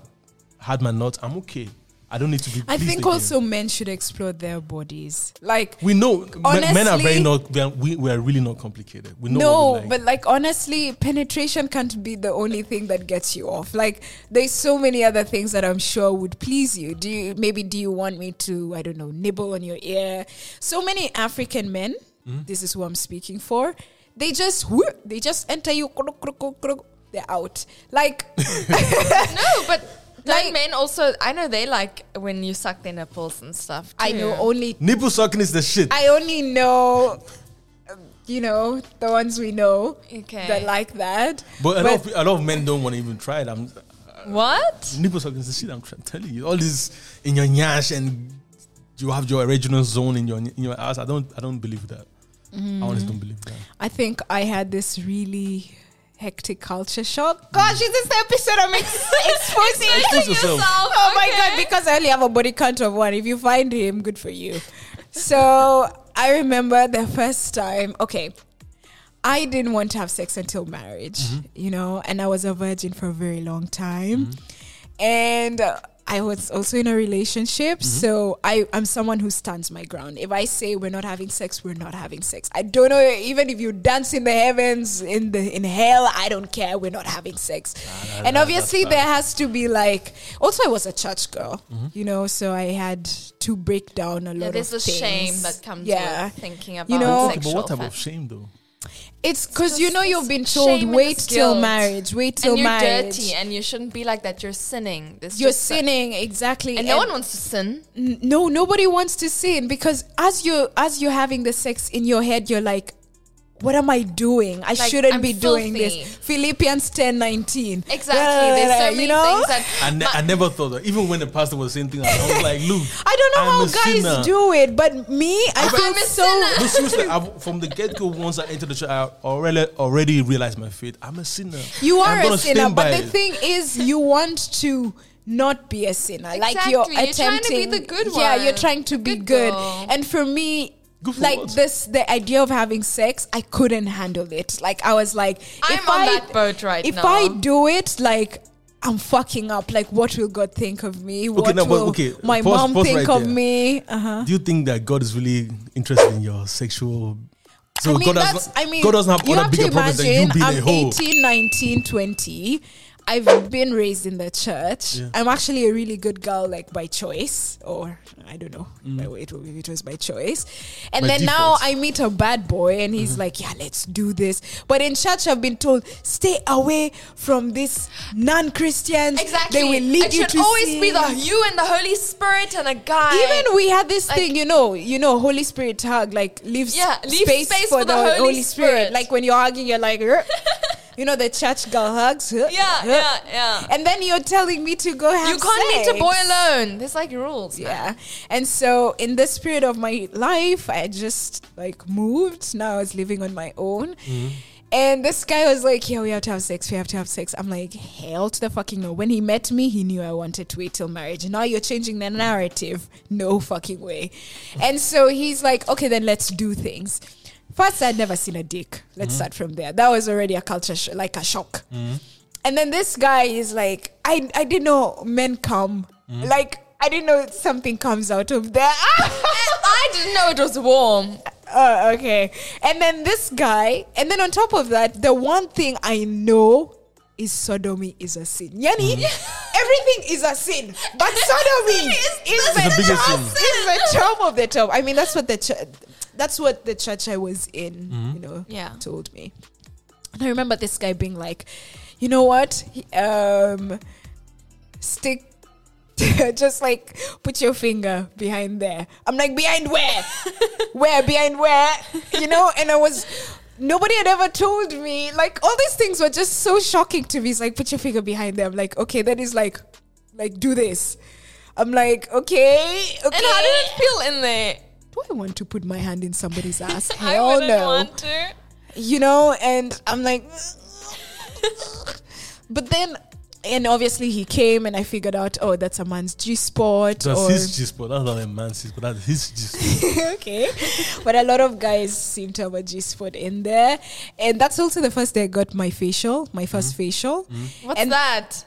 had my nut, I'm okay. I don't need to be. I pleased think again. also men should explore their bodies. Like, we know men- men are very not. Honestly- We are, we, we are really not complicated. We know. no, what we like. but like, honestly, penetration can't be the only thing that gets you off. Like, there's so many other things that I'm sure would please you. Do you, maybe, do you want me to, I don't know, nibble on your ear? So many African men, Mm-hmm. this is who I'm speaking for, they just, whoop, they just enter you, kruk, kruk, kruk, kruk, they're out. Like, no, but like, Like- men also, I know they like when you suck their nipples and stuff. I know only nipple sucking is the shit. I only know um, you know the ones we know Okay. that like that. but a lot, of, a lot of men don't want to even try it. I'm What? nipple sucking is the shit. I'm trying to tell you. All this in your nyash and you have your original zone in your in your ass. I don't I don't believe that. I honestly don't believe that. I think I had this really hectic culture shock. Gosh, is this the episode I'm ex- exposing? Excuse yourself. Oh my okay. god, because I only have a body count of one. If you find him, good for you. So I remember the first time, okay. I didn't want to have sex until Mm-hmm. Mm-hmm. marriage, you know, and I was a virgin for a very long time. And uh, I was also in a relationship, so I I'm someone who stands my ground. If I say we're not having sex, we're not having sex. I don't know even if you dance in the heavens in the in hell, I don't care. We're not having sex. Nah, nah, and nah, obviously that's Mm-hmm. there has to be like also I was a church girl, you know, so I had to break down a lot Yeah, there's of a things. shame that comes yeah. with thinking about You know- okay, but sexual what type offense. of shame though? It's because you just know you've been shame told and wait it's till guilt. marriage, wait till and you're marriage. dirty and you shouldn't be like that. You're sinning. This You're sinning exactly, and no one wants to sin. N- no nobody wants to sin because as you as you're having the sex in your head, you're like, what am I doing? I Like, shouldn't I'm be doing filthy. this. Philippians ten nineteen. Uh, Exactly. There's so many you know? things that I, ne- I never thought that. Even when the pastor was saying things, I was like, look, I don't know I'm how a guys sinner. do it, but me, I feel I'm a so. No, seriously, I've, from the get go, once I entered the church, I already already realized my faith. I'm a sinner. You I'm are a gonna sinner, stand by but the it. thing is, you want to not be a sinner. Like you're Exactly. You're trying to attempting be the good Yeah, one. you're trying to be Good good. girl. And for me. Good for like what? this, the idea of having sex, I couldn't handle it. Like I was like, I'm if on I, that boat right if now. I do it, like I'm fucking up. Like what will God think of me? What no, but will okay, my pause- mom pause think right of there. me? Uh huh. Do you think that God is really interested in your sexual? So I mean, God, that's, has, I mean, God doesn't have you other have to bigger problems than you imagine being I'm a hoe. 18, 19, 20. I've been raised in the church. Yeah. I'm actually a really good girl, like by choice, or I don't know by way it, it was by choice. And Mm. By then now default. Mm-hmm. I meet a bad boy, and he's like, "Yeah, let's do this." But in church, I've been told, "Stay away from these non-Christians. exactly. They will lead it you should to always be sin." the you and the Holy Spirit and a guy. Even we had this Like- thing, you know, you know, Holy Spirit hug, like leaves Yeah, leave space, for, the, Holy, Spirit. Spirit. Like when you're hugging, you're like, "Rrr." you know, the church girl hugs. "Huh, yeah, huh." yeah, yeah. And then you're telling me to go have you can't sex. meet a boy alone. There's like rules. man. Yeah. And so in this period of my life, I just like moved. Now I was living on my own. And this guy was like, Yeah, we have to have sex. We have to have sex. I'm like, Hell to the fucking no. When he met me, he knew I wanted to wait till marriage. Now you're changing the narrative. No fucking way. And so he's like, Okay, then let's do things. First, I'd never seen a dick. Let's start from there. That was already a culture, sh- like a shock. And then this guy is like, I, I didn't know men come. Like, I didn't know something comes out of there. I didn't know it was warm. oh, okay. And then this guy, and then on top of that, the one thing I know is sodomy is a sin. Yani, everything is a sin, but sodomy is, the the biggest top, sin. is the top of the top. I mean, that's what the church, that's what the church I was in, you know, Yeah. told me. And I remember this guy being like, you know what? He- Um, stick just like put your finger behind there. I'm like, behind where? where? Behind where? You know? And I was, nobody had ever told me. Like, all these things were just so shocking to me. It's like, put your finger behind there. I'm like, okay, that is like, like, do this. I'm like, okay, okay. And how did it feel in there? do I want to put my hand in somebody's ass? I Hell wouldn't no want to. you know and i'm like but then and obviously he came and i figured out oh that's a man's g spot That's or his G spot. That's not a man's G spot. That's his G spot. okay but a lot of guys seem to have a g spot in there and that's also the first day i got my facial my 1st facial What's And- that?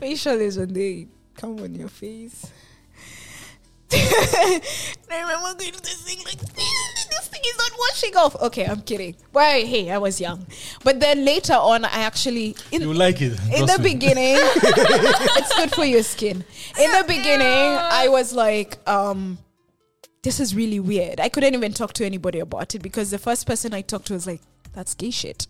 facial is when they come on your face I remember doing this thing like this thing is not washing off. Okay, I'm kidding. Well, hey, I was young, but then later on, I actually in You like it? in trust the me. beginning it's good for your skin in the beginning i was like um this is really weird i couldn't even talk to anybody about it because the first person i talked to was like that's gay shit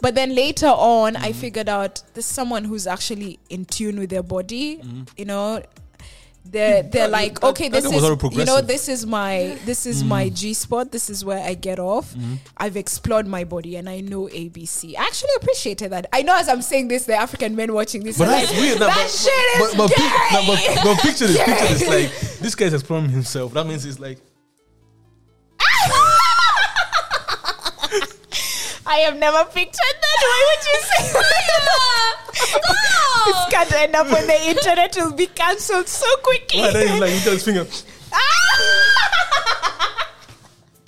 but then later on i figured out there's someone who's actually in tune with their body you know they're, they're like that- okay that this guy was is already you know progressive. Mm. this is my this is my G spot. This is where I get off. Mm-hmm. I've explored my body and I know ABC. I actually appreciated that. I know as I'm saying this, the African men watching this But are like, that's weird. Nah, that but, shit is but, but, pic- scary. nah, but- but picture this. Picture this. Like this guy's exploring himself. That means he's like, I have never pictured that. Why would you say that? this can't end up on the internet. It'll be cancelled so quickly. why? Then he's like, he got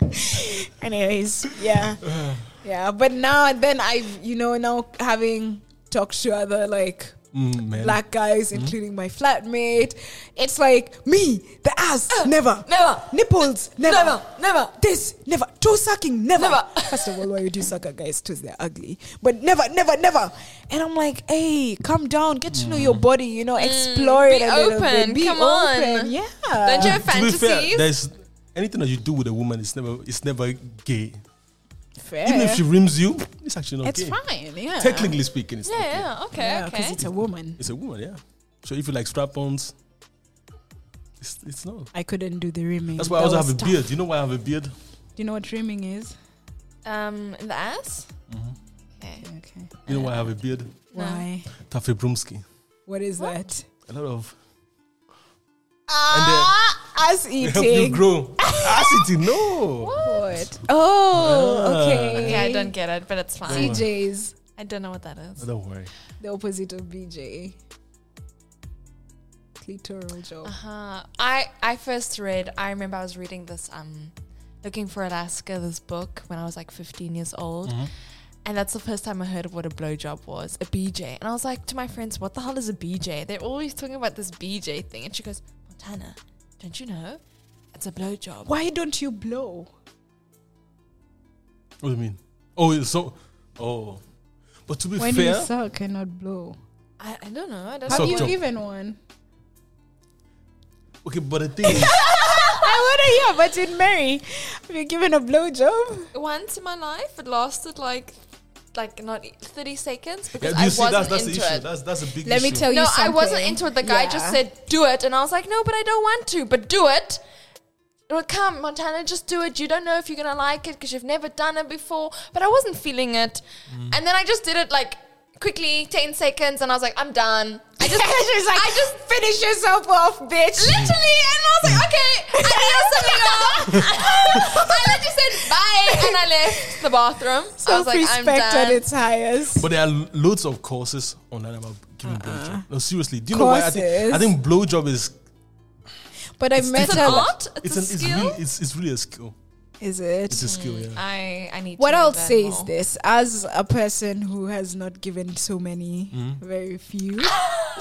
his finger. Anyways, yeah. yeah, but now and then I've, you know, now having talked to other like Mm, man. black guys, including my flatmate. It's like me, the ass, never, Uh, never. Uh, nipples, never, Never, never. this, never, toe sucking, never. Never. First of all, why you do sucker guys? Toes they're ugly, but never, never, never. And I'm like, hey, calm down, get to know your Mm. body, you know, explore Mm. be it a little open, bit, be come on. open, yeah. Don't you have to be fair, fantasies? there's anything that you do with a woman is never it's never gay. Fair. Even if she rims you, it's actually not it's gay. fine, yeah. Technically speaking, it's not gay. Yeah, yeah. Okay, yeah, because okay. it's a woman. It's a woman, yeah. So if you like strap-ons, it's it's not. I couldn't do the rimming. That's why I That also was have a tough. beard. You know why I have a beard? Do you know what rimming is? Um, the ass. Okay. Okay. You know why I have a beard? No. Why? Taffy Brumsky. What is What? that? A lot of Ah, Us they help you eating. grow. Acid, no. What? Oh, Ah. okay. Okay, I don't get it, but it's fine. See? CJ's I don't know what that is. Oh, don't worry. the opposite of BJ. Clitoral job. Uh, I I first read. I remember I was reading this um, looking for Alaska, this book when I was like 15 years old, and that's the first time I heard of what a blowjob was, a BJ. And I was like to my friends, "What the hell is a BJ?" They're always talking about this BJ thing, and she goes, "Montana, don't you know? It's a blowjob." Why don't you blow? What do you mean? Oh, it's so oh. But to be When you fair, suck and not blow. I, I don't know. I don't Suck Have know. you toe. given one? okay. But the thing is, I want to hear, but in Mary, have you given a blowjob? Once in my life, it lasted like like not 30 seconds yeah, because do I you see, wasn't that's that's the into issue. it. That's that's a big Let issue. me tell Oh, you No, I something. wasn't into it. The guy Yeah. just said, do it. And I was like, no, but I don't want to. But do it. Well, come, Montana, just do it. You don't know if you're going to like it because you've never done it before. But I wasn't feeling it. Mm. And then I just did it like quickly, 10 seconds. And I was like, I'm done. I just, She's like, I just finish yourself off, bitch. literally, and I was like, okay, I need something else. I literally said bye. And I left the bathroom. I was Self like, I'm respect done. at its highest. But there are loads of courses online about giving blowjob. No, seriously. Do you know why I think I Uh-uh. Courses? think blowjob is But I It's met it's an a art. it's It's, a an, it's skill. really it's, it's really a skill. Is it? It's a skill, Mm. yeah. I, I need to what know I'll that say more. is this: as a person who has not given so many, Hmm? very few,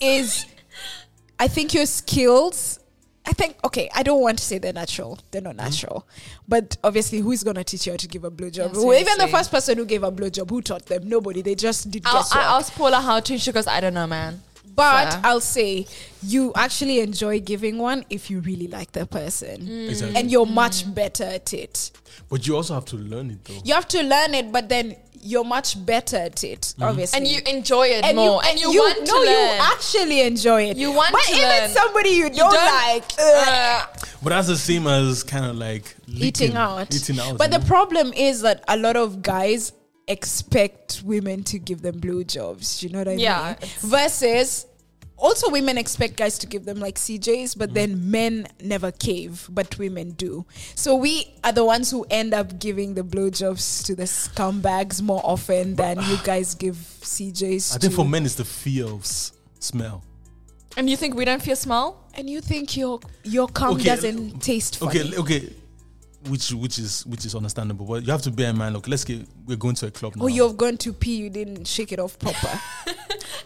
is I think your skills. I think okay. I don't want to say they're natural; they're Hmm? not natural. But obviously, who's gonna teach you how to give a blowjob? Yeah, Well, Even the seriously. first person who gave a blowjob, who taught them? Nobody. They just did I'll, guesswork. I asked Paula how to, and she goes, I don't know, man. but Fair. I'll say you actually enjoy giving one if you really like the person, Mm. Exactly. and you're much better at it. but you also have to learn it though. you have to learn it, but then you're much better at it, obviously. And you enjoy it more, and you, want no, to learn. you actually enjoy it. You want but to even learn. somebody you don't, don't- like ugh, Uh, But that's the same as kind of like eating leaking- out, Eating out. But you the know? problem is that a lot of guys expect women to give them blowjobs. You know what I Yeah, mean? it's- Versus. Also, women expect guys to give them like CJs, Mm. but then men never cave, but women do. So we are the ones who end up giving the blowjobs to the scumbags more often than you guys give CJs. I think to. for men it's the fear of s- smell. and you think we don't feel smell? and you think your your cum Okay, doesn't taste funny. Okay, l- okay. Which which is which is understandable, but you have to bear in mind. Look, let's get we're going to a club now. Or Oh, you're going to pee, you didn't shake it off proper.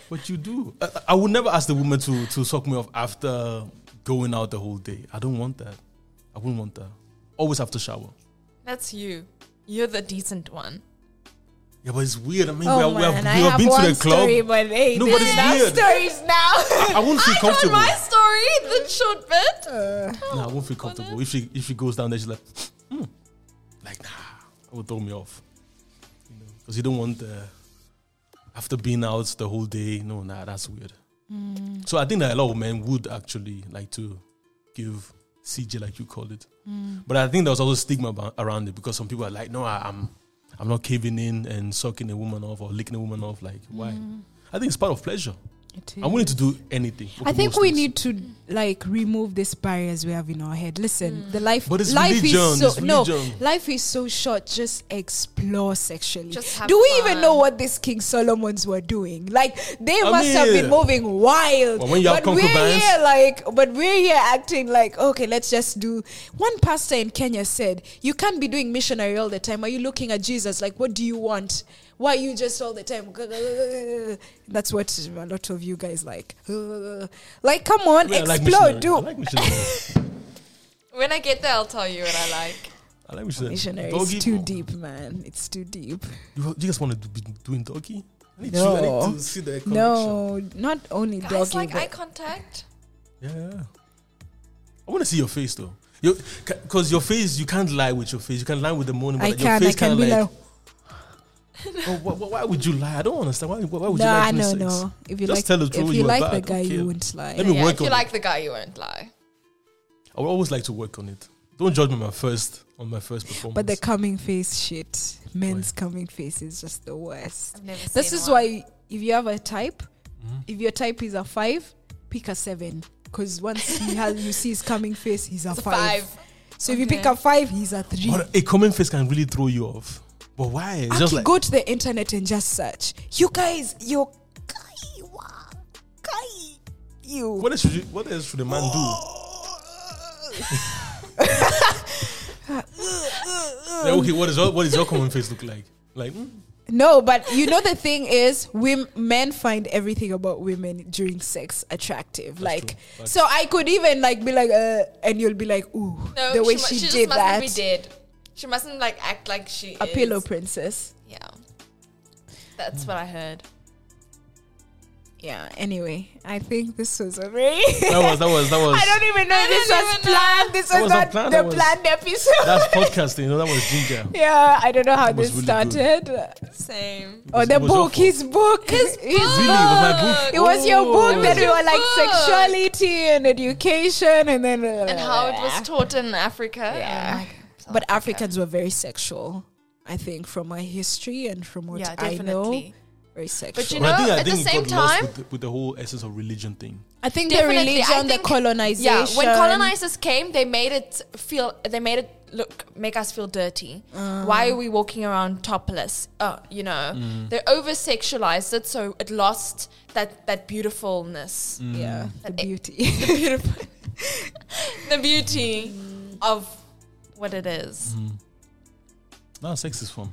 But you do. I, I would never ask the woman to to suck me off after going out the whole day. I don't want that. I wouldn't want that. Always after shower. That's you. You're the decent one. Yeah, but it's weird. I mean, Oh we, have, we man, have, I we have have been one to the club. story, but hey, No, this but it's is our weird. stories now. I wouldn't feel I told comfortable. my story, the short bit. No, I won't feel comfortable. If she if she goes down there, she's like, mm. like nah, it would throw me off. You know, because you don't want the after being out the whole day. No, nah, that's weird. Mm. So I think that a lot of men would actually like to give CJ, like you call it. Mm. But I think there was also stigma about, around it because some people are like, no, I, I'm I'm not caving in and sucking a woman off or licking a woman off. Like why? Mm. I think it's part of pleasure. I'm willing to do anything. I Okay, think most we things. need to like remove these barriers we have in our head. Listen, Mm. the life, But it's life religion, is so it's no, religion. life is so short. Just explore sexually. Just have Do we even fun. know what these King Solomons were doing? Like they I must have mean- been moving wild. Well, when you have but we're concubines- here like, but we're here acting like, okay, let's just do. One pastor in Kenya said, "You can't be doing missionary all the time. Are you looking at Jesus? Like, what do you want?" why you just all the time. That's what a lot of you guys like. Like, come on, Yeah, I like explode, missionary. do. I like missionaries. When I get there, I'll tell you what I like. I like missionaries. Missionary Doggy. is too deep, man. It's too deep. You, you guys want to be doing doggy? I need, No. to, I need to see the connection. No, not only Guys, doggy, like but eye contact. Yeah, yeah. I want to see your face though. Because your face, you can't lie with your face. You can lie with the morning, but I like, can. your I face can kinda be like, oh, why, why- why would you lie? I don't understand. Why, why would you nah, lie? during no, sex? no. If you Just like, tell the if truth, you you are like bad, the guy, okay. you won't lie. Let me yeah, work if you on like the guy, you won't lie. I would always like to work on it. Don't judge me on my first on my first performance. But the coming face shit, men's coming face is just the worst. I've never This seen is one. why if you have a type, Mm-hmm. if your type is a five, pick a seven. Because once he has, you see his coming face, he's a It's a five. So if you pick Okay. a five, he's a three. But a common face can really throw you off. But why? It's just Aki, like go to the internet and just search. You guys, you guy, wa, guy, you. what else should you, what else should a man do? Oh. Like, okay, what is your, what is your common face look like? Like mm, No, but you know the thing is, women, men find everything about women during sex attractive. like, true. That's so I could even like be like, uh, and you'll be like, ooh, No, the way mu- she, she did just mustn't that, be dead. She mustn't like act like she a is. pillow princess. Yeah, that's what I heard. Yeah. Anyway, I think this was a very. that was that was that I was don't even know I if this don't was even know. planned. This was, was not not planned, the that was- planned episode. that's podcasting. You know, that was ginger. Yeah, I don't know how That was this really started. Same. Oh, was- the it was book, awful. his book, his Really, it was my book. It was your Oh. book that we your were like book. sexuality and education, and then And how it was taught Oh in Africa. Yeah. Oh and, like, South But Africa. Africans were very sexual, I think, from my history and from what Yeah, I know, definitely. very sexual. you But know, I think I at the think it same got lost time- with the, with the whole essence of religion thing. I think the Definitely, religion, I the think- colonization. Yeah, when colonizers came, they made it feel. They made it look make us feel dirty. Uh. Why are we walking around topless? Uh, you know, they over sexualized it, so it lost that that beautifulness, yeah, the That- beauty. Mm. the beautiful, the beauty of what it is. No, sex is fun.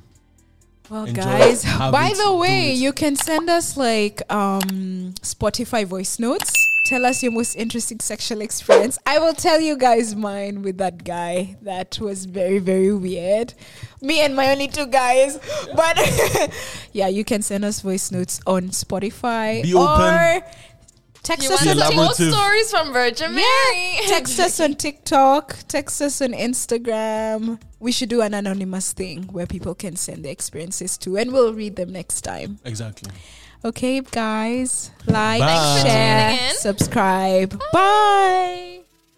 Well, Enjoy guys, it, have by it, the do way, it. you can send us like um, Spotify voice notes. Tell us your most interesting sexual experience. I will tell you guys mine with that guy. That was very, very weird. Me and my only two guys. But yeah, you can send us voice notes on Spotify Be or open. text You us want Be on some more elaborative. stories from Virgin Mary? text us on TikTok, text us on Instagram. We should do an anonymous thing where people can send their experiences to, and we'll read them next time. Exactly. Okay, guys, like, Bye. Thanks for share, tuning in. subscribe. Bye.